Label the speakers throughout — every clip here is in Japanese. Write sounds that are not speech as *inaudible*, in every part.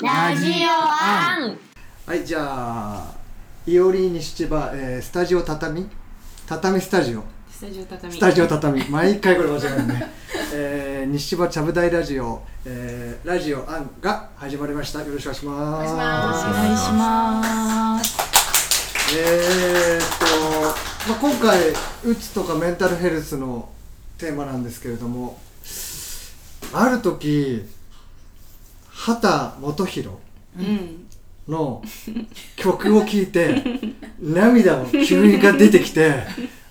Speaker 1: ラジオアン
Speaker 2: はいじゃあイオリーニシチバ、えー、スタジオ畳畳スタジオ
Speaker 3: スタジオ畳
Speaker 2: スタジオ畳毎回これ間違えるね、 *laughs* えー、西千葉ちゃぶ台ラジオ、えー、ラジオアンが始まりましたよろしくお願いします
Speaker 3: お願いし
Speaker 4: お願いします。
Speaker 2: えー、っと、まあ、今回うつとかメンタルヘルスのテーマなんですけれどもある時畑基博
Speaker 3: うん
Speaker 2: の曲を聴いて涙も急にが出てきて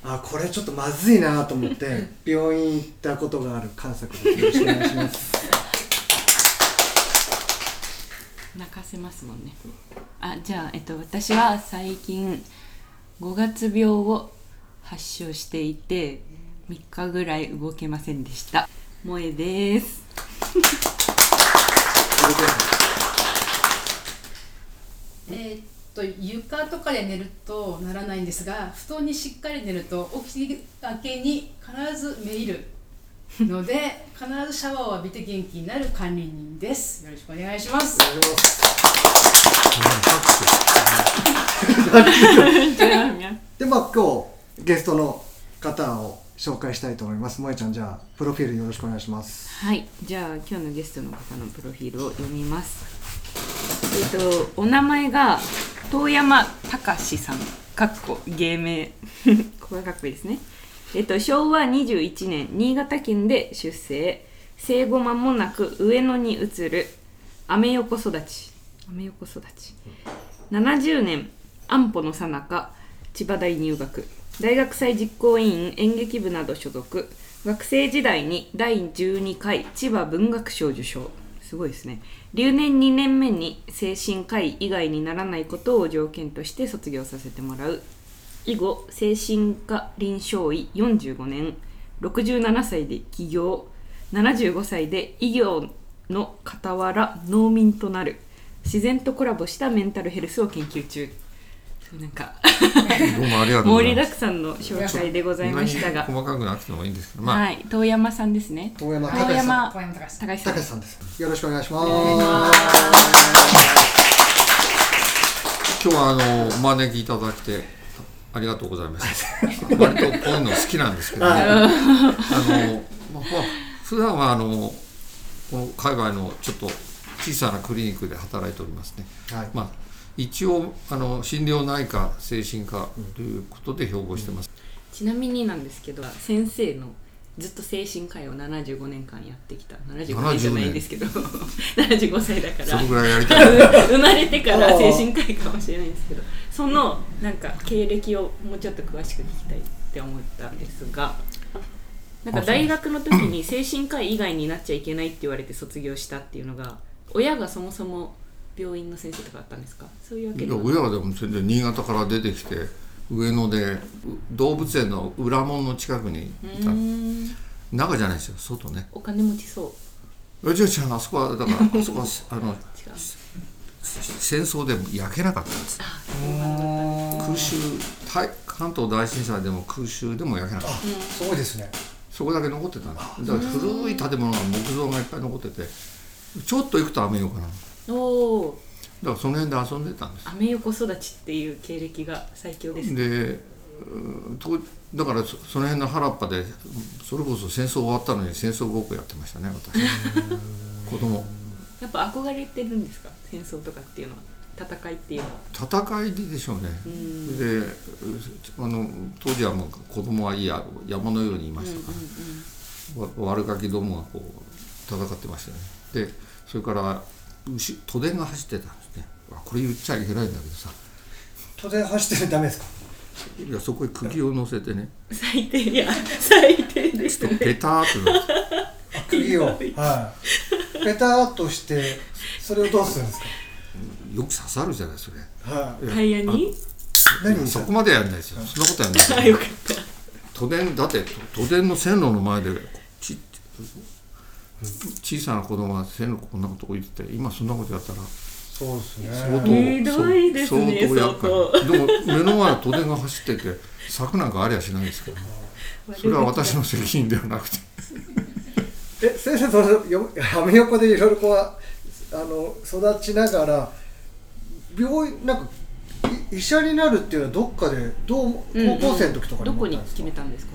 Speaker 2: あこれちょっとまずいなと思って病院行ったことがある関作ですよろしくお願いします
Speaker 3: 泣かせますもんねあじゃあ、えっと、私は最近5月病を発症していて3日ぐらい動けませんでした萌
Speaker 1: *laughs*
Speaker 3: えです
Speaker 4: えーっと床とかで寝るとならないんですが布団にしっかり寝ると起き明けに必ずめいるので *laughs* 必ずシャワーを浴びて元気になる管理人ですよろしくお願いします
Speaker 2: お願いしますでまあ今日ゲストの方を紹介したいと思います萌ちゃんじゃあプロフィールよろしくお願いします
Speaker 3: はい、じゃあ今日のゲストの方のプロフィールを読みます。えっ、とお名前が遠山隆さん、かっこ芸名。 *laughs* これはかっこいいですね。えっ、と昭和21年新潟県で出生、生後間もなく上野に移る、アメ横育ち。アメ横育ち。70年安保の最中千葉大入学大学祭実行委員演劇部など所属学生時代に第12回千葉文学賞受賞すごいですね留年2年目に精神科医以外にならないことを条件として卒業させてもらう以後精神科臨床医45年67歳で起業75歳で医業の傍ら農民となる自然とコラボしたメンタルヘルスを研究中そうなんか
Speaker 5: どうもありがとうござ
Speaker 3: 盛り
Speaker 5: いま
Speaker 3: だ
Speaker 5: す。
Speaker 3: くさんの紹介でございましたが
Speaker 5: そんなに細かくなくてもいいんですけど、まあ、
Speaker 3: はい遠山さんですね
Speaker 2: 遠山
Speaker 3: 遠
Speaker 2: 隆さん
Speaker 3: 山
Speaker 4: 小山隆さん
Speaker 3: 高橋さん
Speaker 2: たけしさんですよろしくお願いします
Speaker 5: 今日はあのお招きいただきてありがとうございます。割とこういうの好きなんですけど
Speaker 3: *laughs*
Speaker 5: ね。
Speaker 2: はい
Speaker 5: あの、まあ、普段はあのこの界隈のちょっと小さなクリニックで働いておりますね。
Speaker 2: はい
Speaker 5: まあ一応あの心療内科精神科ということで標榜してます。
Speaker 3: ちなみになんですけど先生のずっと精神科医を75年間やってきた75年じゃないんですけど75歳だか
Speaker 5: そ
Speaker 3: ら
Speaker 5: れぐらいや
Speaker 3: *laughs*
Speaker 5: りたい。
Speaker 3: 生まれてから精神科医かもしれないんですけどそのなんか経歴をもうちょっと詳しく聞きたいって思ったんですがなんか大学の時に精神科医以外になっちゃいけないって言われて卒業したっていうのが親がそもそも病院の先生とかだったんですかそういうわけ
Speaker 5: い
Speaker 3: で
Speaker 5: や
Speaker 3: は
Speaker 5: 親はでも全然新潟から出てきて上野でう動物園の裏門の近くにいうた
Speaker 3: ーん
Speaker 5: 中じゃないですよ外ね
Speaker 3: お金持ちそう
Speaker 5: え違う違うあそこは
Speaker 3: *laughs*
Speaker 5: だからあそこはあの
Speaker 3: 違う
Speaker 5: 戦争で焼けなかったんです空襲大関東大震災でも空襲でも焼けなかった
Speaker 2: すごいですね
Speaker 5: そこだけ残ってたんですだから古い建物が木造がいっぱい残っててちょっと行くと雨ようかなだか
Speaker 3: おお
Speaker 5: らその辺で遊んでたんです
Speaker 3: アメ横育ちっていう経歴が最強ですね
Speaker 5: でうんとだからそその辺の原っぱでそれこそ戦争終わったのに戦争ごっこやってましたね私子供
Speaker 3: やっぱ憧れてるんですか戦争とかっていうのは戦いっていうのは
Speaker 5: 戦いでしょうねであの当時はもう子供はいいや山のようにいましたから、わ悪ガキどもがこう戦ってましたねでそれから牛都電が走ってたんですねあこれ言っちゃいけないんだけどさ
Speaker 2: 当然走ってるダメですか
Speaker 5: いやそこへ釘を乗せてね
Speaker 3: 最低いや最低です
Speaker 5: ちょっ
Speaker 3: ね
Speaker 5: とペターってなって
Speaker 2: 釘をはいペターっとしてそれをどうするんですか
Speaker 5: よく刺さるじゃないそれ
Speaker 2: はい
Speaker 3: タイヤに
Speaker 2: 何に
Speaker 5: そこまでやんないですよ。そんなことやんないですよ
Speaker 3: *laughs* あよかった
Speaker 5: 都電だって都電の線路の前でち小さな子供が線路こんなこと置いてて今そんなことやったら
Speaker 2: そうですね
Speaker 5: 相当、
Speaker 3: ひどいですね
Speaker 5: そう
Speaker 3: 相
Speaker 5: 相当厄介でも目の前を都電が走
Speaker 3: *laughs*
Speaker 5: ってて柵なんかありゃしないですけどそれは私の責任ではなくて
Speaker 2: *laughs* え先生それよアメ横でいろいろこうあの育ちながら病院なんかい医者になるっていうのはどっかでどう
Speaker 3: うんう
Speaker 2: 高
Speaker 3: ん
Speaker 2: 校生の時とかに
Speaker 3: ど
Speaker 2: 思
Speaker 3: こ
Speaker 2: った
Speaker 3: に
Speaker 2: んです
Speaker 3: 決
Speaker 2: か、
Speaker 3: めたんですか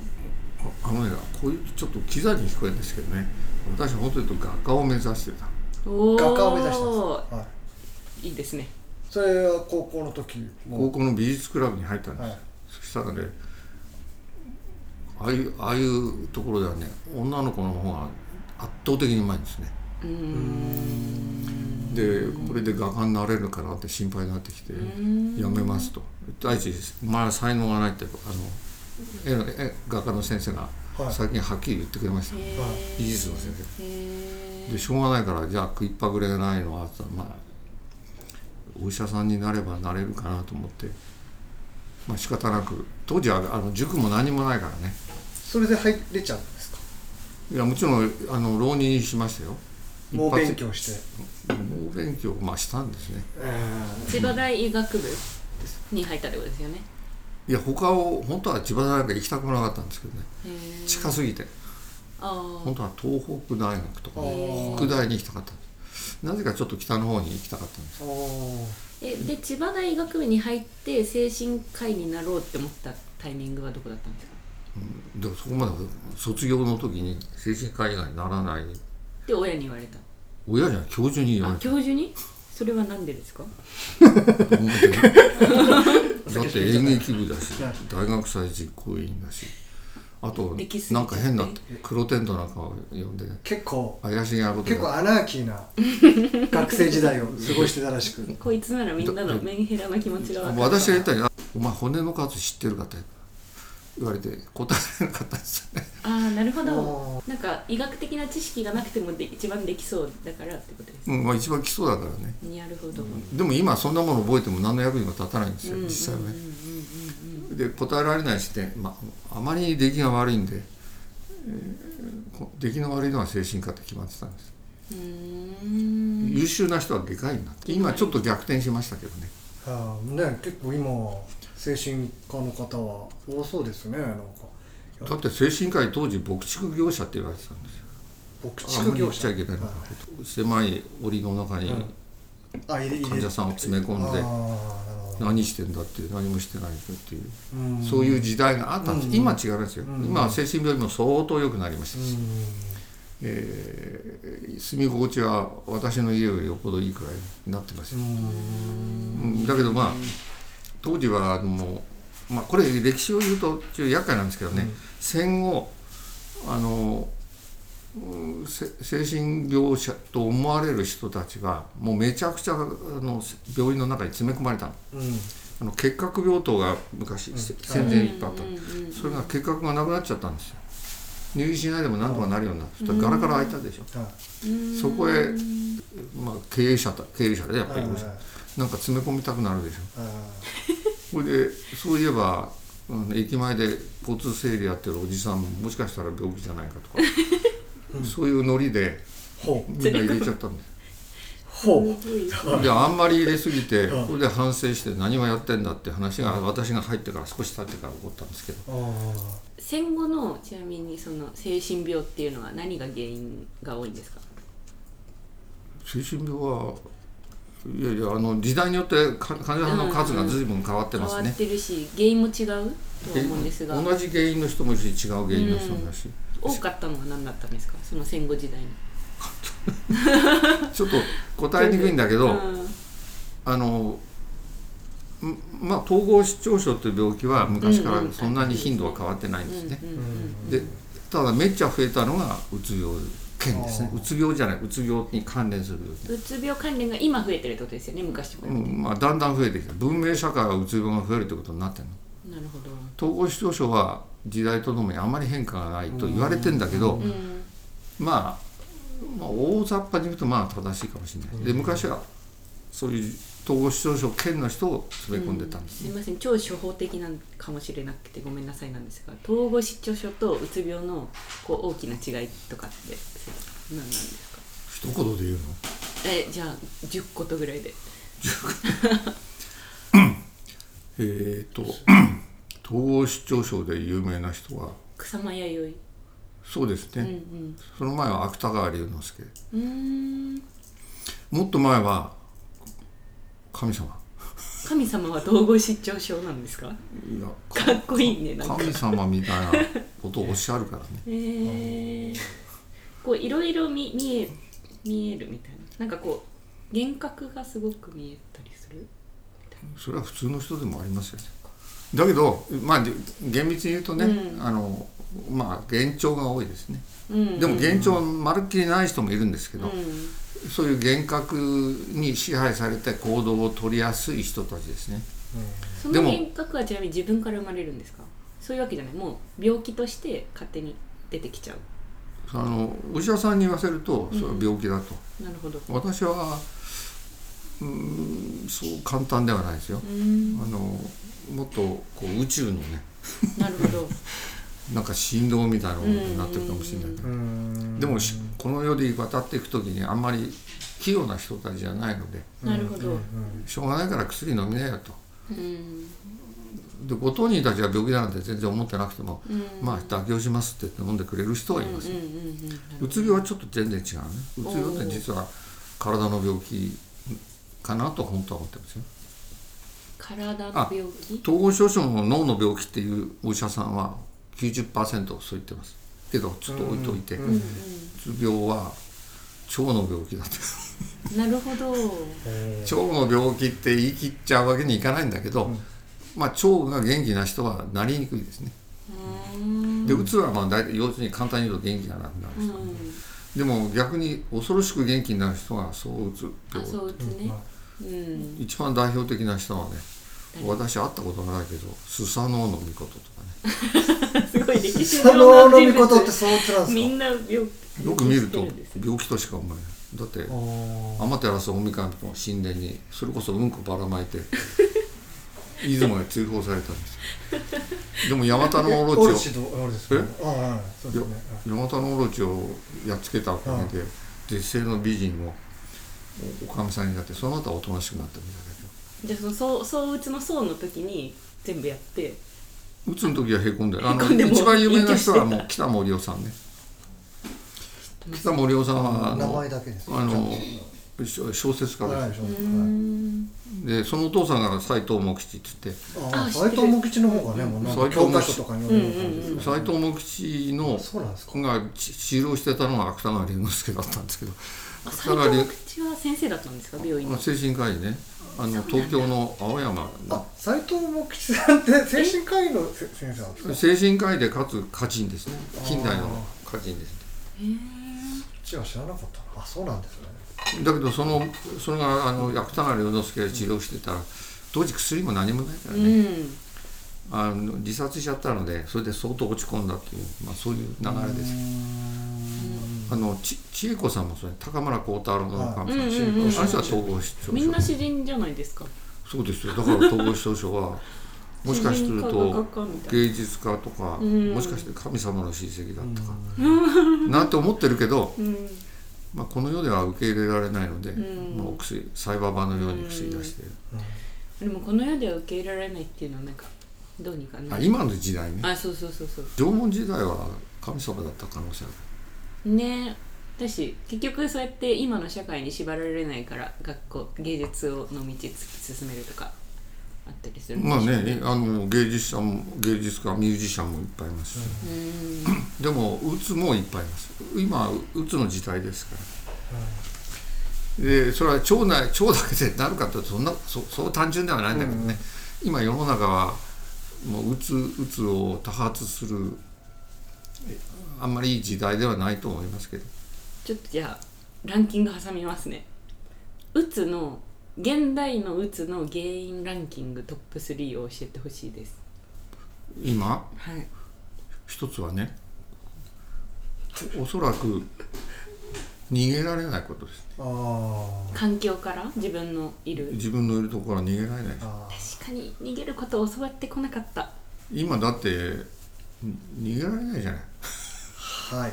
Speaker 5: あのねこういうちょっとキザに聞こえるんですけどね私は本当に言うと画家を目指してた
Speaker 3: 画
Speaker 2: 画家を目指したんですか、はい、
Speaker 3: いいですね
Speaker 2: それは高校の時
Speaker 5: 高
Speaker 2: も
Speaker 5: 校の美術クラブに入ったんです、
Speaker 2: はい
Speaker 5: そしたらねああいうああいうところではね女の子の方が圧倒的にうまいんですね
Speaker 3: うーん
Speaker 5: でこれで画家になれるかなって心配になってきて「やめます」と「第一お前は才能がない」ってあの絵の絵画家の先生が
Speaker 2: はい
Speaker 5: 最近はっきり言ってくれました、
Speaker 2: はい
Speaker 5: 美術の先生
Speaker 3: へー
Speaker 5: でしょうがないからじゃあ食いっぱぐれがないのはまあお医者さんになればなれるかなと思ってまあ仕方なく当時はあの塾も何もないからね
Speaker 2: それで入れちゃうんですか
Speaker 5: いやもちろんあの浪人しましたよ
Speaker 2: もう
Speaker 5: 一
Speaker 2: 勉
Speaker 5: 発
Speaker 2: 強して、
Speaker 5: 猛勉強まあしたんですね
Speaker 2: えー
Speaker 3: 千葉大医学部に入ったってことですよね
Speaker 5: いや他を本当は千葉大学行きたくもなかったんですけどね
Speaker 3: へー
Speaker 5: 近すぎて
Speaker 3: あ
Speaker 5: 本当は東北大学とか北大に行きたかったんですなぜかちょっと北の方に行きたかったんです
Speaker 2: あー
Speaker 3: えで千葉大医学部に入って精神科医になろうって思ったタイミングはどこだったんですか
Speaker 5: でそこまで卒業の時に精神科医がならない
Speaker 3: で親に言われた
Speaker 5: 親じゃ教授に言わ
Speaker 3: あ
Speaker 5: れた
Speaker 3: 教授にそれはなんでですか
Speaker 5: だって演劇部だし大学祭実行委員だしあと
Speaker 3: エキス
Speaker 5: なんか変な黒テントなんかを呼んで
Speaker 2: 結構
Speaker 5: 怪しげなこと
Speaker 2: 結構
Speaker 5: が
Speaker 2: アナーキーな学生時代を過ごしてたらしく
Speaker 3: こいつならみんなのメンヘラな気持ちが分かる
Speaker 5: 私が言ったら「お前骨の数知ってるか?」って言われて答えられなかったんですよね
Speaker 3: ああなるほ *laughs*
Speaker 2: お
Speaker 3: どなんか医学的な知識がなくてもで一番できそうだからってことです
Speaker 5: うんまあ一番基礎だからね
Speaker 3: なるほど、
Speaker 5: でも今そんなもの覚えても何の役にも立たないんですよ
Speaker 3: うん
Speaker 5: 実際はね。で答えられないしね、まあ、あまりに出来が悪いんで、えーこ出来の悪いのは精神科って決まってたんです、
Speaker 3: うーん
Speaker 5: 優秀な人は外科医になって今ちょっと逆転しましたけどね
Speaker 2: あーね結構今精神科の方は多そうですねなんか
Speaker 5: だって精神科医当時牧畜業者って言われてたんですよ
Speaker 2: 牧
Speaker 5: あん
Speaker 2: 畜
Speaker 5: まり
Speaker 2: 業
Speaker 5: 言っち
Speaker 2: 者
Speaker 5: ゃいけないのか狭い檻の中に
Speaker 2: あ入れ入
Speaker 5: 患
Speaker 2: れ
Speaker 5: 者さんを詰め込んで
Speaker 2: あーなるほど
Speaker 5: 何してんだっていう何もしてないっていう
Speaker 2: うん
Speaker 5: そういう時代があったんです、
Speaker 2: うん
Speaker 5: 今は違いますよ、
Speaker 2: うん
Speaker 5: 今は精神病院も相当良くなりましたし、
Speaker 2: う
Speaker 5: えー住み心地は私の家よりよっぽどいいくらいになってますよ、
Speaker 2: ん
Speaker 5: うんだけどまあ当時はあの、まあ、これ歴史を言うとちょっと厄介なんですけどね、
Speaker 2: うん
Speaker 5: 戦後あのうんせ精神病者と思われる人たちがもうめちゃくちゃあの病院の中に詰め込まれたの
Speaker 2: うん
Speaker 5: あの結核病棟が昔、せ戦前いっぱいあったのそれが結核がなくなっちゃったんですよ入院しないでもなんとかなるようになってそしたらガラガラ開いたでしょ
Speaker 2: はい
Speaker 5: そこへ、まあ、経営者た経営者でやっぱり、
Speaker 2: はい
Speaker 5: なんか詰め込みたくなるでしょ
Speaker 2: あ
Speaker 5: それでそういえば、うん駅前で交通整理やってるおじさんももしかしたら病気じゃないか
Speaker 2: *laughs*
Speaker 5: とか、そういうノリで
Speaker 2: ーほう
Speaker 5: みんな入れちゃったんです
Speaker 2: ほう
Speaker 5: であんまり入れすぎて
Speaker 2: うん
Speaker 5: それで反省して何をやってんだって話が私が入ってから少し経ってから起こったんですけど
Speaker 2: あー
Speaker 3: 戦後のちなみにその精神病っていうのは何が原因が多いんですか
Speaker 5: 精神病はいやいやあの時代によってか患者さんの数が随分変わって
Speaker 3: 変
Speaker 5: ます
Speaker 3: わ
Speaker 5: ね、
Speaker 3: ってるし原因も違うとは思うんですが
Speaker 5: 同じ原因の人もいるし違う原因の人もいるし、
Speaker 3: 多かったのは何だったんですかその戦後時代に
Speaker 5: ちょっと答えにくいんだけ
Speaker 3: う
Speaker 5: ど、
Speaker 3: ん
Speaker 5: あのんまあ統合失調症という病気は昔か
Speaker 3: う
Speaker 5: ら
Speaker 3: んうん
Speaker 5: そんなに頻度は変わってないんですね、
Speaker 3: うん
Speaker 5: でただめっちゃ増えたのがうつ病犬ですねうつ病じゃないうつ病に関連する病気、
Speaker 3: うつ病関連が今増えてるってことですよね昔と比べ
Speaker 5: う
Speaker 3: て、
Speaker 5: んまあ、だんだん増えてきた文明社会はうつ病が増えるということになってるの
Speaker 3: なるほど、
Speaker 5: 統合失調症は時代とともにあまり変化がないと言われてんだけど、
Speaker 3: うん、
Speaker 5: まあ、まあ大雑把に言うとまあ正しいかもしれないで昔はそういう統合失調症県の人を詰め込んでたんです、
Speaker 3: すいません超処方的なのかもしれなくてごめんなさいなんですが統合失調症とうつ病のこう大きな違いとかって何なんですか
Speaker 5: 一言で言うの
Speaker 3: えじゃあ10個とぐらいで
Speaker 5: え *clears throat* っ、と統合失調症で有名な人は
Speaker 3: 草間弥
Speaker 5: そうです
Speaker 3: 生う
Speaker 5: ね、
Speaker 3: ん
Speaker 5: その前は芥川龍之介
Speaker 3: うんうーん
Speaker 5: もっと前は神様
Speaker 3: 神様は統合失調症なんですか
Speaker 5: いや
Speaker 3: かっこいいねなんか
Speaker 5: 神様みたいなことをおっしゃるからね
Speaker 3: へえこういろいろ見見え見えるみたいななんかこう幻覚がすごく見えたりする
Speaker 5: それは普通の人でもありますよねだけどまあで厳密に言うとね、
Speaker 3: う
Speaker 5: あのまあ幻聴が多いですね、
Speaker 3: うん
Speaker 5: でも幻聴はまるっきりない人もいるんですけど、
Speaker 3: うん
Speaker 5: そういう幻覚に支配されて行動を取りやすい人たちですね
Speaker 3: そ
Speaker 5: で
Speaker 3: の
Speaker 5: も
Speaker 3: 幻覚はちなみに自分から生まれるんですかそういうわけじゃないもう病気として勝手に出てきちゃう
Speaker 5: あのお医者さんに言わせるとそれは病気だと、
Speaker 3: なるほど
Speaker 5: 私はうーんそう簡単ではないですよ、
Speaker 3: うん
Speaker 5: あのもっとこう宇宙のね
Speaker 3: なるほ
Speaker 5: *laughs*
Speaker 3: ど
Speaker 5: なんか振動みたいなものになってるかもしれないけど
Speaker 2: うーん
Speaker 5: でもしこの世で渡っていく時にあんまり器用な人たちじゃないので
Speaker 3: なるほど
Speaker 5: しょうがないから薬飲みなよと
Speaker 3: うん
Speaker 5: でご当人たちは病気なんて全然思ってなくても、まあ妥協しますって言って飲んでくれる人はいます、
Speaker 3: うんうんうんなる
Speaker 5: うつ病はちょっと全然違うねうつ病って実は体の病気かなと本当は思ってますよ
Speaker 3: 体の病気
Speaker 5: 統合症症の脳の病気っていうお医者さんは90%そう言ってますけどちょっと置いといて、うつ病は腸の病気だって
Speaker 3: なるほど
Speaker 5: 腸の病気って言い切っちゃうわけにいかないんだけど、まあ、腸が元気な人はなりにくいですね。
Speaker 3: うん
Speaker 5: でうつはまあ大体要するに簡単に言うと元気がなくなる
Speaker 3: う
Speaker 5: 人、
Speaker 3: ん
Speaker 5: でも逆に恐ろしく元気になる人がそううつ
Speaker 3: あ
Speaker 5: 病
Speaker 3: そううつねうん
Speaker 5: 一番代表的な人はね私会ったことがないけどスサノオノミコトとかね
Speaker 3: すごい歴史
Speaker 2: 佐野のみことってそうつな
Speaker 3: *laughs*
Speaker 2: んですか
Speaker 3: みんな病気 *laughs*
Speaker 5: よく見ると
Speaker 3: 病気してんですね
Speaker 5: 病気としか思えないだって
Speaker 2: あー
Speaker 5: 天照大神の神殿にそれこそうんこばらま
Speaker 3: *laughs*
Speaker 5: いて出雲へ追放されたんですよでもヤマタノオ
Speaker 3: *laughs*
Speaker 5: ロ
Speaker 2: オロ
Speaker 5: チを
Speaker 2: チのあれですかねああはいそうですね
Speaker 5: ヤマタノオロチをやっつけたおかげで絶世の美人をおおかみさんになってその後はおとなしくなったみたいだけど
Speaker 3: じゃあそのそうそううつのそうの時に全部やって
Speaker 5: うつの時はへこんであの
Speaker 3: へこんでもう
Speaker 5: 一番有名な人はもう北森夫さんね北森夫さんはあ
Speaker 2: 名
Speaker 5: の
Speaker 2: 前だけです
Speaker 5: あのしょ小説家
Speaker 2: はい
Speaker 5: で
Speaker 2: そ
Speaker 5: す、
Speaker 2: うです
Speaker 3: う
Speaker 2: はい
Speaker 3: ん
Speaker 5: でそのお父さんが斎藤茂吉って言って
Speaker 2: あ
Speaker 3: あ
Speaker 2: あ
Speaker 3: 知ってる
Speaker 2: 斎藤茂吉の方がねもうなんか
Speaker 5: 斎藤
Speaker 2: 教
Speaker 5: 茂
Speaker 2: 科
Speaker 5: 吉
Speaker 2: 書とかに載るような感じですね
Speaker 5: 斎藤茂吉の
Speaker 2: そうなんですか
Speaker 5: がち治療してたのは芥川龍之介だったんですけど
Speaker 3: あ
Speaker 5: 芥
Speaker 3: 斎
Speaker 5: 川龍
Speaker 3: 藤口は先生だったんですか病院
Speaker 5: まあ
Speaker 3: の
Speaker 5: 精神科医ねあの東京の青山
Speaker 2: あ斎藤茂吉さんって精神科医のせ先生なんですか
Speaker 5: 精神科医でかつ歌人ですね近代の歌人です
Speaker 2: うちは知らなかったなあそうなんですね
Speaker 5: だけどそのそれがあの芥川龍之介が治療してたら当時薬も何もないから
Speaker 3: う
Speaker 5: ね、
Speaker 3: ん
Speaker 5: あの自殺しちゃったのでそれで相当落ち込んだっていう、まあ、そういう流れですあのち千恵子さんもそれ高村光太郎のおかみさん、
Speaker 3: はい
Speaker 5: 千
Speaker 3: う
Speaker 5: 恵子
Speaker 3: んうんうん
Speaker 5: あの人は統合失調症
Speaker 3: みんな詩人じゃないですか
Speaker 5: そうですよだから統合失調
Speaker 3: *laughs*
Speaker 5: 症はもしかする
Speaker 3: 詩人か
Speaker 5: と
Speaker 3: 画家みたいな
Speaker 5: 芸術家とか
Speaker 3: ん
Speaker 5: もしかして神様の親戚だったかなんて思ってるけど、
Speaker 3: うん
Speaker 5: まあ、この世では受け入れられないので、
Speaker 3: ん
Speaker 5: まあ、お薬サイババのように薬出してる、
Speaker 3: でもこの世では受け入れられないっていうのはなんかどうにか
Speaker 5: あ
Speaker 3: な
Speaker 5: 今の時代ね
Speaker 3: あそうそうそうそう
Speaker 5: 縄文時代は神様だった可能性ある
Speaker 3: ねだし結局そうやって今の社会に縛られないから学校芸術をの道突き進めるとかあったりするんでし
Speaker 5: ま
Speaker 3: ょ
Speaker 5: あ
Speaker 3: う
Speaker 5: ねあの芸術者も芸術家ミュージシャンもいっぱいいますし、でもうつもいっぱいいます今うつの時代ですから、でそれは腸内腸だけでなるかってそんなそそう単純ではないんだけどね、今世の中はもううつうつを多発するえあんまりいい時代ではないと思いますけど
Speaker 3: ちょっとじゃあランキング挟みますねうつの現代のうつの原因ランキングトップ3を教えてほしいです
Speaker 5: 今
Speaker 3: はい
Speaker 5: 一つはねおおそらく逃げられないことです
Speaker 2: あー
Speaker 3: 環境から自分のいる
Speaker 5: 自分のいるところは逃げられない
Speaker 2: あ
Speaker 3: 確かに逃げることを教わってこなかった
Speaker 5: 今だってん逃げられないじゃない
Speaker 2: ーはい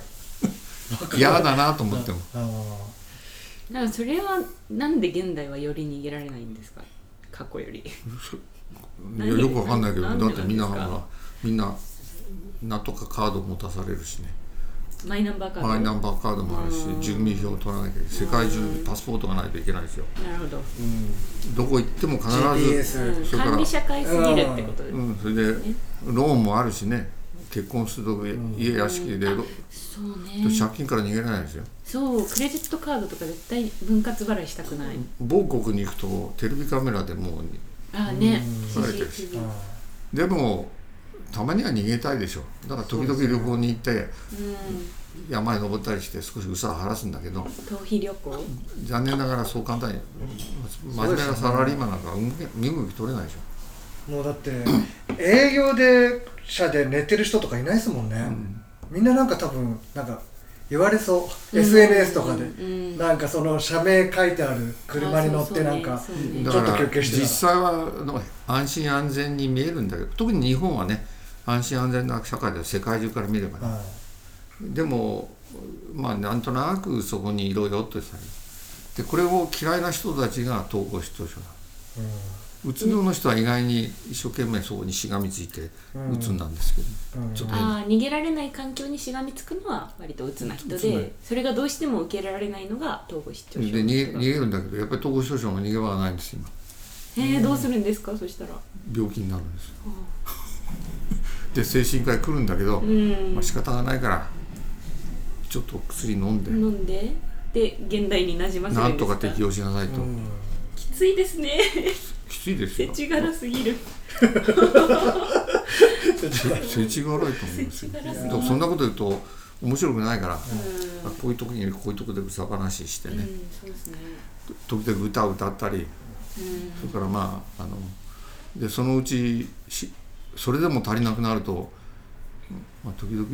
Speaker 5: *laughs* 嫌だなと思っても
Speaker 2: あー
Speaker 3: だからそれはなんで現代はより逃げられないんですか過去よ
Speaker 5: *laughs*
Speaker 3: り
Speaker 5: いやよくわかんないけど
Speaker 3: なんで
Speaker 5: だってみんな
Speaker 3: な
Speaker 5: ほ
Speaker 3: んですから
Speaker 5: みんななんとかカード持たされるしね
Speaker 3: マイナンバーカード
Speaker 5: マイナンバーカードもあるし
Speaker 3: うん
Speaker 5: 住民票を取らなきゃいけない世界中にパスポートがないといけないですよ
Speaker 3: なるほど、
Speaker 5: どこ行っても必ず、
Speaker 2: GPS
Speaker 3: うん
Speaker 5: それから
Speaker 3: 管理社会すぎるってことです、
Speaker 5: うん、それでローンもあるしね結婚すると家屋敷でロ
Speaker 3: そうね
Speaker 5: 借金から逃げられないですよ
Speaker 3: そうクレジットカードとか絶対分割払いしたくない、
Speaker 5: 某国に行くとテレビカメラでもう
Speaker 3: ああね、
Speaker 5: うん
Speaker 3: CCTV うん
Speaker 5: でもたまには逃げたいでしょだから時々旅行に行って山へ登ったりして少しうさを晴らすんだけど
Speaker 3: 逃避旅行
Speaker 5: 残念ながらそう簡単に真面目なサラリーマンなんか身動き取れないでしょ
Speaker 2: もうだって営業で社で寝てる人とかいないですもんね、みんななんか多分なんか言われそう、SNS とかで、
Speaker 3: うん
Speaker 2: なんかその社名書いてある車に乗っ
Speaker 3: あそ
Speaker 2: て
Speaker 3: うそうね
Speaker 2: なんか
Speaker 3: そうね
Speaker 5: だ
Speaker 2: ちょ
Speaker 5: か
Speaker 2: っと
Speaker 5: ら
Speaker 2: 休憩してた
Speaker 5: 実際はあの安心安全に見えるんだけど特に日本はね安心安全な社会で世界中から見ればね
Speaker 2: は
Speaker 5: でもまあなんとなくそこにいろよとさでこれを嫌いな人たちが統合失調症なの
Speaker 2: いうん
Speaker 5: うつ病の人は意外に一生懸命そこにしがみついて
Speaker 2: うん
Speaker 5: うつなんですけど、
Speaker 2: うん
Speaker 5: ちょっとね
Speaker 3: ああ逃げられない環境にしがみつくのは割と鬱な人
Speaker 5: 鬱な
Speaker 3: でそれがどうしても受けられないのが統合失調
Speaker 5: で
Speaker 3: 症
Speaker 5: 逃げ逃げるんだけどやっぱり統合失調症も逃げ場がないんです今
Speaker 3: えー、どうするんですかそしたら
Speaker 5: 病気になるんですよで精神科医来るんだけど、
Speaker 3: うん
Speaker 5: まあ仕方がないからちょっと薬飲んで、
Speaker 3: 飲んでで現代になじませ
Speaker 5: な
Speaker 3: るん
Speaker 5: ん
Speaker 3: で
Speaker 5: と
Speaker 3: す
Speaker 5: か
Speaker 3: か
Speaker 5: 適応しなさいと、
Speaker 2: うん
Speaker 3: きついですね *laughs*
Speaker 5: きついです
Speaker 3: 世
Speaker 5: よ
Speaker 3: 知辛すぎる
Speaker 5: 世知辛いと思うんですよ
Speaker 3: 世知辛すぎる
Speaker 5: でもそんなこと言うと面白くないから、あこういう時にこういうとこでうさ話して
Speaker 3: うん、う
Speaker 5: ね、
Speaker 3: ん、そうですね
Speaker 5: 時々歌を歌ったり
Speaker 3: うん
Speaker 5: それからまああのでそのうちしそれでも足りなくなると、まあ、時々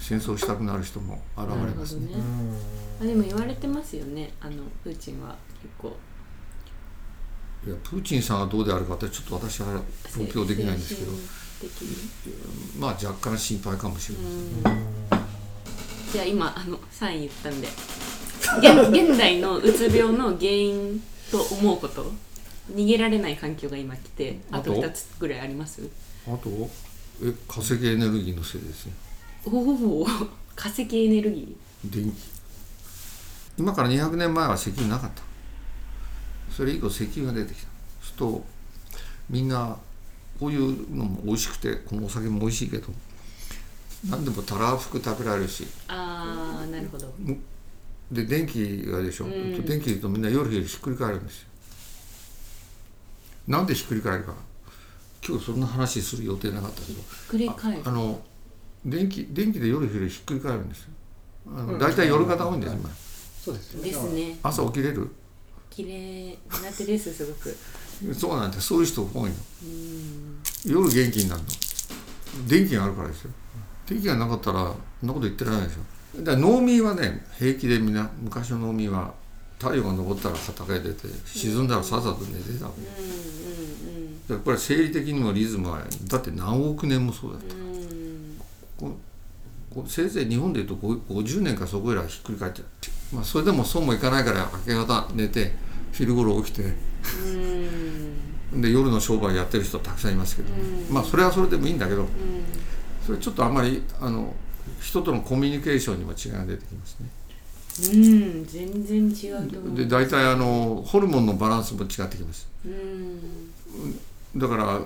Speaker 5: 戦争したくなる人も現
Speaker 3: な
Speaker 5: れ
Speaker 3: る
Speaker 5: ま
Speaker 3: ほ
Speaker 5: す
Speaker 3: ど
Speaker 5: ね。
Speaker 3: ねあでも言われてますよねあのプーチンは結構
Speaker 5: いやプーチンさんはどうであるかってちょっと私は
Speaker 3: 東
Speaker 5: 東
Speaker 3: 京
Speaker 5: 京できないんですけど、
Speaker 3: 的に
Speaker 5: まあ若干心配かもしれません。
Speaker 3: じゃあ今あの3位言ったんで現現代のうつ病の原因と思うこと逃げられない環境が今来てあと
Speaker 5: あと
Speaker 3: 2つぐらいあります
Speaker 5: あとえ化石エネルギーのせいですね
Speaker 3: おお化石エネルギ
Speaker 5: 電気今から200年前は石油なかったそれ以降石油が出てきたそうするとみんなこういうのも美味しくてこのお酒も美味しいけど何でもたらふく食べられるし
Speaker 3: ーああなるほど
Speaker 5: で電気がでしょ、
Speaker 3: ん
Speaker 5: 電気でとみんな夜々ひっくり返るんですよなんでひっくり返るか今日そんな話する予定なかったけど
Speaker 3: 繰り返る
Speaker 5: あの電気電気で夜昼ひっくり返るんですよあの大体夜型多いんです今
Speaker 2: そうですよね
Speaker 3: ですね
Speaker 5: 朝起きれる
Speaker 3: 綺麗苦手ですすごく
Speaker 5: そうなんてそういう人多いの夜元気になるの電気があるからですよ電気がなかったらそんなこと言ってられないですよだから農民はね平気でみんな昔の農民は太陽が昇ったら畑へ出て沈んだらさっさと寝てたわけだ
Speaker 3: うんうん
Speaker 5: からこれは生理的にもリズムはだって何億年もそうだよ
Speaker 3: うんうん
Speaker 5: ここうせいぜい日本でいうとご50年かそこらひっくり返っちゃう、まあ、それでもそうもいかないから明け方寝て昼頃起きて
Speaker 3: うん
Speaker 5: で夜の商売やってる人たくさんいますけど、まあそれはそれでもいいんだけどそれちょっとあんまりあの人とのコミュニケーションにも違いが出てきますね
Speaker 3: うん全然違うと思
Speaker 5: で
Speaker 3: う
Speaker 5: 大体あのホルモンのバランスも違ってきます
Speaker 3: うん
Speaker 5: だから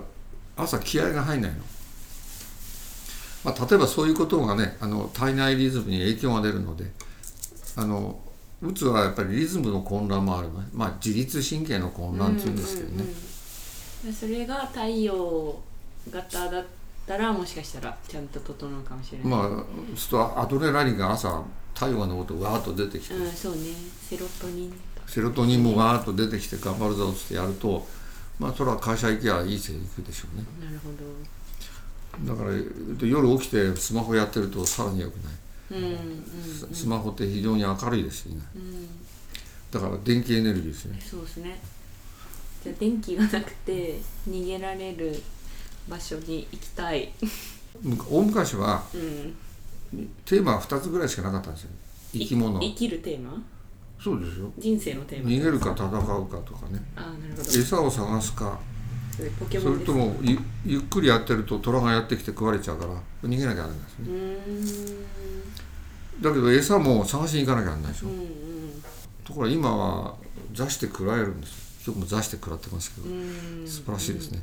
Speaker 5: 朝気合が入んないの、まあ、例えばそういうことがねあの体内リズムに影響が出るのであのうつはやっぱりリズムの混乱もあるわね、まあ、自律神経の混乱っていうんですけどね、
Speaker 3: うんうんそれが太陽型だったらもしかしたらちゃんと整うかもしれない、
Speaker 5: まあそうするとアドレナリンが朝太陽が昇ってわーっと出てきて、
Speaker 3: うんそうねセロトニンと
Speaker 5: セロトニンもわーっと出てきて頑張るぞっつってやるとまあそれは会社行けばいいせい行くでしょうね
Speaker 3: なるほ
Speaker 5: だからで夜起きてスマホやってるとさらに良くない
Speaker 3: どうんうんうん
Speaker 5: ススマホって非常に明るいですよね
Speaker 3: うん
Speaker 5: だから電気エネルギーですね
Speaker 3: そうですねじゃあ電気がなくて逃げられる場所に行きたい
Speaker 5: むか大昔は
Speaker 3: うん
Speaker 5: テーマは2つぐらいしかなかったんですよ生き物
Speaker 3: い生きるテーマ
Speaker 5: そうですよ
Speaker 3: 人生のテーマ
Speaker 5: 逃げるか戦うかとかね
Speaker 3: ああなるほど
Speaker 5: 餌を探すか
Speaker 3: それポケモ
Speaker 5: そ
Speaker 3: ン
Speaker 5: れ
Speaker 3: です
Speaker 5: ともゆゆっくりやってると虎がやってきて食われちゃうから逃げなきゃダメなんです
Speaker 3: う
Speaker 5: ね
Speaker 3: ーん
Speaker 5: だけど餌も探しに行かなきゃなんないでしょ、
Speaker 3: うんうん
Speaker 5: ところが今は座して食らえるんですよ僕も座して食らってますけど、
Speaker 3: うん
Speaker 5: 素晴らしいですね、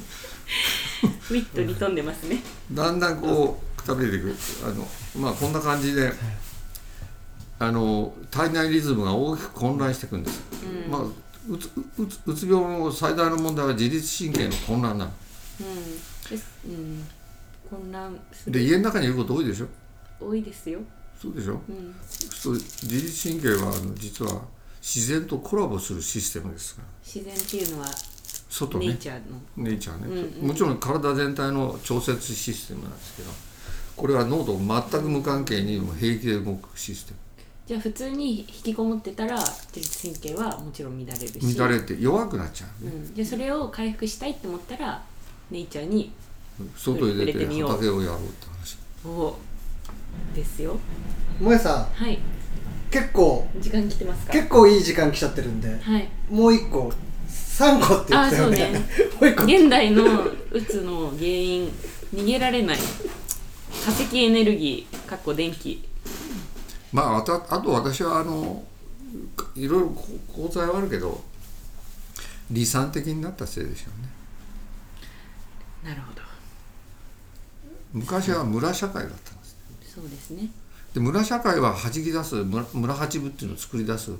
Speaker 3: ウィットに飛んでますね
Speaker 5: だんだんこうくたびれていくあのまあこんな感じであの体内リズムが大きく混乱していくんです、まあうつうつうつ病の最大の問題は自律神経の混乱なの
Speaker 3: うんですうん混乱す
Speaker 5: で
Speaker 3: る
Speaker 5: 家の中にいること多いでしょ
Speaker 3: 多いですよ
Speaker 5: そうでしょ
Speaker 3: うん
Speaker 5: そう自律神経はあの実は自然とコラボするシステムですから
Speaker 3: 自然っていうのは
Speaker 5: 外
Speaker 3: ネイ
Speaker 5: ね
Speaker 3: チャーの
Speaker 5: ネイチャーね、
Speaker 3: うんうん
Speaker 5: もちろん体全体の調節システムなんですけどこれは脳と全く無関係にもう平気で動くシステム
Speaker 3: じゃあ普通に引きこもってたら自律神経はもちろん乱れるし
Speaker 5: 乱れて弱くなっちゃう
Speaker 3: う
Speaker 5: ね、
Speaker 3: ん、でそれを回復したいって思ったらネイチャーに
Speaker 5: 外へ出
Speaker 3: 触れ
Speaker 5: て
Speaker 3: てみよう
Speaker 5: 畑をやろうって話
Speaker 3: 「おですよ
Speaker 2: 萌さん
Speaker 3: はい
Speaker 2: 結構
Speaker 3: 時間来てますか
Speaker 2: 結構いい時間来ちゃってるんで
Speaker 3: はい
Speaker 2: もう一個三個って言ってたよね
Speaker 3: あ
Speaker 2: もう一個
Speaker 3: 現代のうつの原因逃げられない化石エネルギーかっこ電気
Speaker 5: まああとあと私はあのいろいろこう功罪はあるけど理想的になったせいでしょうね
Speaker 3: なるほど
Speaker 5: 昔は村社会だったんです
Speaker 3: そうですね
Speaker 5: で村社会は弾き出す村村八部っていうのを作り出す、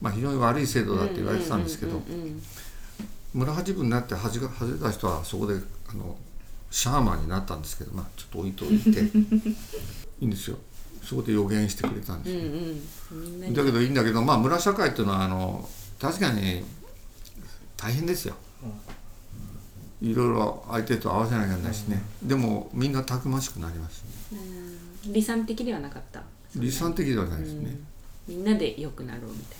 Speaker 5: まあ、非常に悪い制度だって言われてたんですけど
Speaker 3: うんうんうんうん
Speaker 5: 村八分になって外れ外れた人はそこであのシャーマンになったんですけどまあちょっと置いとい
Speaker 3: *laughs*
Speaker 5: ていいんですよそこで予言してくれたんです
Speaker 3: う
Speaker 5: よ、
Speaker 3: んうんみんなに
Speaker 5: だけどいいんだけどまあ村社会っていうのはあの確かに大変ですよ、いろいろ相手と合わせなきゃいけないしね、でもみんなたくましくなります、ね、
Speaker 3: うん理想的ではなかった
Speaker 5: 理想的ではないですね、
Speaker 3: みんなで良くなろうみたい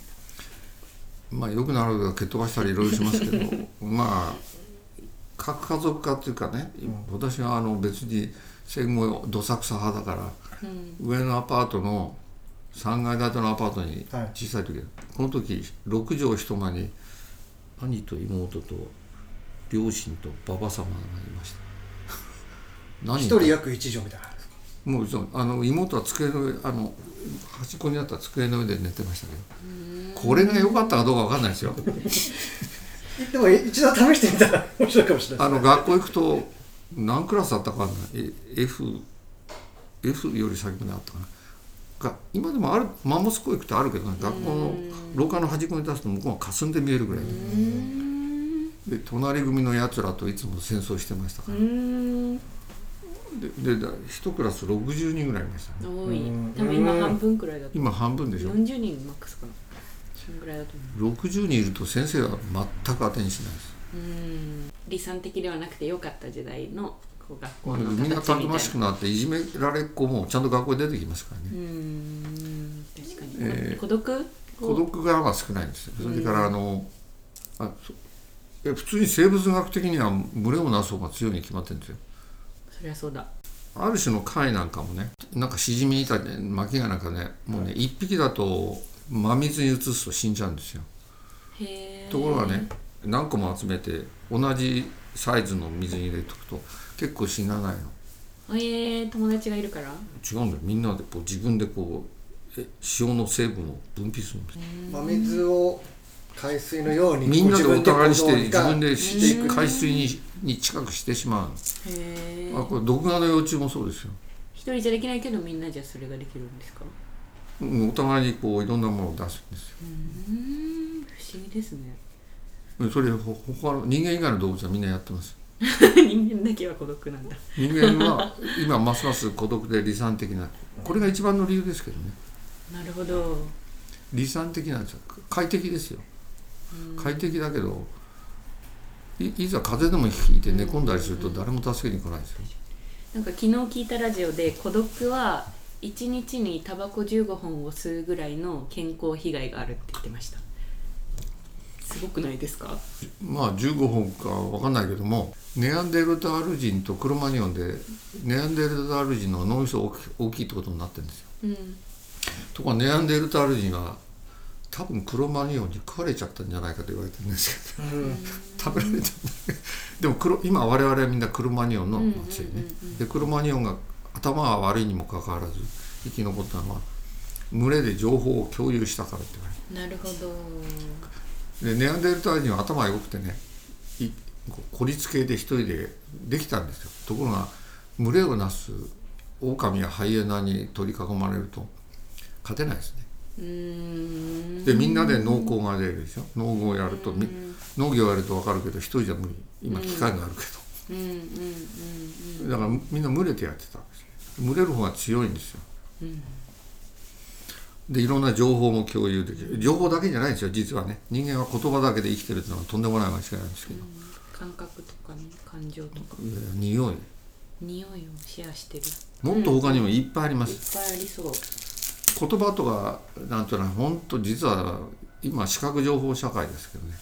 Speaker 5: まあよくなるが蹴っ飛ばしたりいろいろしますけ *laughs* どまあ核家族化っていうかね、私はあの別に戦後どさくさ派だから、上のアパートの3階建てのアパートに
Speaker 2: はい
Speaker 5: 小さい時、この時6畳一間に兄と妹と両親と馬場様がいました何
Speaker 2: 一人約一畳みたいな
Speaker 5: もうそうあの妹は机の上あの端っこにあった机の上で寝てましたけどこれが良かったかどうかわかんないですよ
Speaker 2: でも一度試してみたら面白いかもしれない
Speaker 5: あの学校行くと何クラスだったかわかんないえ F, F より先まであったかなが今でもあるマンモス校行くとあるけどね学校の廊下の端っこに出すと向こうが霞んで見えるぐらいで隣組のやつらといつも戦争してましたか
Speaker 3: なう
Speaker 5: ら
Speaker 3: ーん
Speaker 5: ででだ一クラス60人ぐらいいましたね
Speaker 3: 多い
Speaker 2: うん
Speaker 3: 多分今半分くらいだと
Speaker 5: 今半分でしょ
Speaker 3: 40人マックスかなそんぐらいだと思
Speaker 5: 60人いると先生は全く当てにしないです
Speaker 3: ううん理想的ではなくて良かった時代のこう学校の形
Speaker 5: み
Speaker 3: み
Speaker 5: ん
Speaker 3: た
Speaker 5: ないた
Speaker 3: な
Speaker 5: くましくなっていじめられっ子もちゃんと学校に出てきますからね、
Speaker 3: うーん確かに、
Speaker 5: えー
Speaker 3: 孤独
Speaker 5: 孤独がまあ少ないんですよそれからあの、あそいや普通に生物学的には群れをなす方が強いに決まってるんですよ
Speaker 3: そりゃそうだ
Speaker 5: ある種の貝なんかもねなんかシジミ板で巻きがなんかねもうね一匹だと真水に移すと死んじゃうんですよ
Speaker 3: へえ
Speaker 5: ところがね何個も集めて同じサイズの水に入れとくと結構死なないの
Speaker 3: えー、友達がいるから
Speaker 5: 違うんだよみんなでこう自分でこうえ塩の成分を分泌するんです
Speaker 2: 真水を海水のように
Speaker 5: みんなでお互いにし
Speaker 2: こ
Speaker 5: て
Speaker 2: う
Speaker 5: 自分で
Speaker 2: し
Speaker 5: し海水にに近くしてしまうの
Speaker 3: へえ
Speaker 5: あこれ毒ガの幼虫もそうですよ。
Speaker 3: 一人じゃできないけどみんなじゃそれができるんですか
Speaker 5: うんお互いにこういろんなものを出すんです
Speaker 3: うーん不思議ですね
Speaker 5: よ。それほ他の人間以外の動物はみんなやってます。
Speaker 3: *laughs* 人間だけは孤独なんだ
Speaker 5: 人間 *laughs* は今ますます孤独で離散的なこれが一番の理由ですけどね。
Speaker 3: なるほど
Speaker 5: 離散的なんですよ。快適ですよ。快適だけどいいざ風邪でもひいて寝込んだりすると誰も助けに来ないですよ。
Speaker 3: なんか昨日聞いたラジオで孤独は1日にタバコ15本を吸うぐらいの健康被害があるって言ってましたすごくないですか
Speaker 5: まあ15本かわかんないけどもネアンデルタール人とクロマニオンでネアンデルタール人の脳みそ大き大きいってことになってるんですよ。
Speaker 3: うん
Speaker 5: ところがネアンデルタール人は多分クロマニオンに食われちゃったんじゃないかと言われてるんですけど *laughs* 食べられ *laughs* ちゃったでも黒今我々はみんなクロマニオンの末裔ね、でクロマニオンが頭が悪いにもかかわらず生き残ったのは群れで情報を共有したからって言われて
Speaker 1: なるほど。
Speaker 5: でネアンデルター人は頭が良くてねいこう孤立系で一人でできたんですよところが群れをなす狼やハイエナに取り囲まれると勝てないですね
Speaker 3: うーん
Speaker 5: でみんなで農耕が出るでしょ農業をやるとみ農業をやると分かるけど一人じゃ無理今機械があるけ
Speaker 3: うんうんうん
Speaker 5: ど、だからみんな群れてやってたんですね群れる方が強いんですよ、でいろんな情報も共有できる情報だけじゃないんですよ実はね人間は言葉だけで生きてるっていうのはとんでもない間違いなんですけど、
Speaker 3: 感覚とかね感情とか
Speaker 5: いや匂い
Speaker 3: 匂いをシェアしてるいっ
Speaker 5: もっと他にもいっぱいあります、
Speaker 3: ぱいありそう
Speaker 5: 言葉とかなんていうのは本当実は今視覚情報社会ですけどね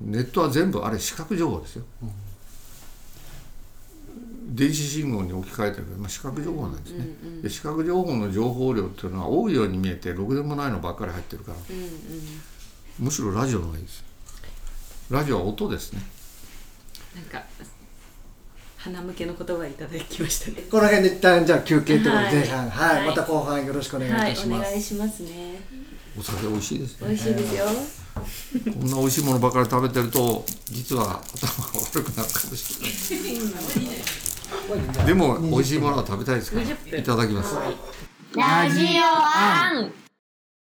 Speaker 5: ネットは全部あれ視覚情報ですよ、電子信号に置き換えてるけど、まあ、視覚情報なんですね、で視覚情報の情報量っていうのは多いように見えてろくでもないのばっかり入ってるから、むしろラジオの方がいいですラジオは音ですね
Speaker 3: なんか鼻向けの言葉いただきましたね
Speaker 2: この辺で一旦じゃあ休憩ということ
Speaker 3: は
Speaker 2: で
Speaker 3: い
Speaker 2: 前半はい、
Speaker 3: はい
Speaker 2: また後半よろしくお願いいたします、
Speaker 3: いしますね
Speaker 5: お酒美味しいですね
Speaker 3: 美味しいですよ
Speaker 5: こんな美味しいものばかり食べてると実は頭が悪くなるかもしれないでも美味しいものは食べたいですからいただきます
Speaker 1: ラジオアン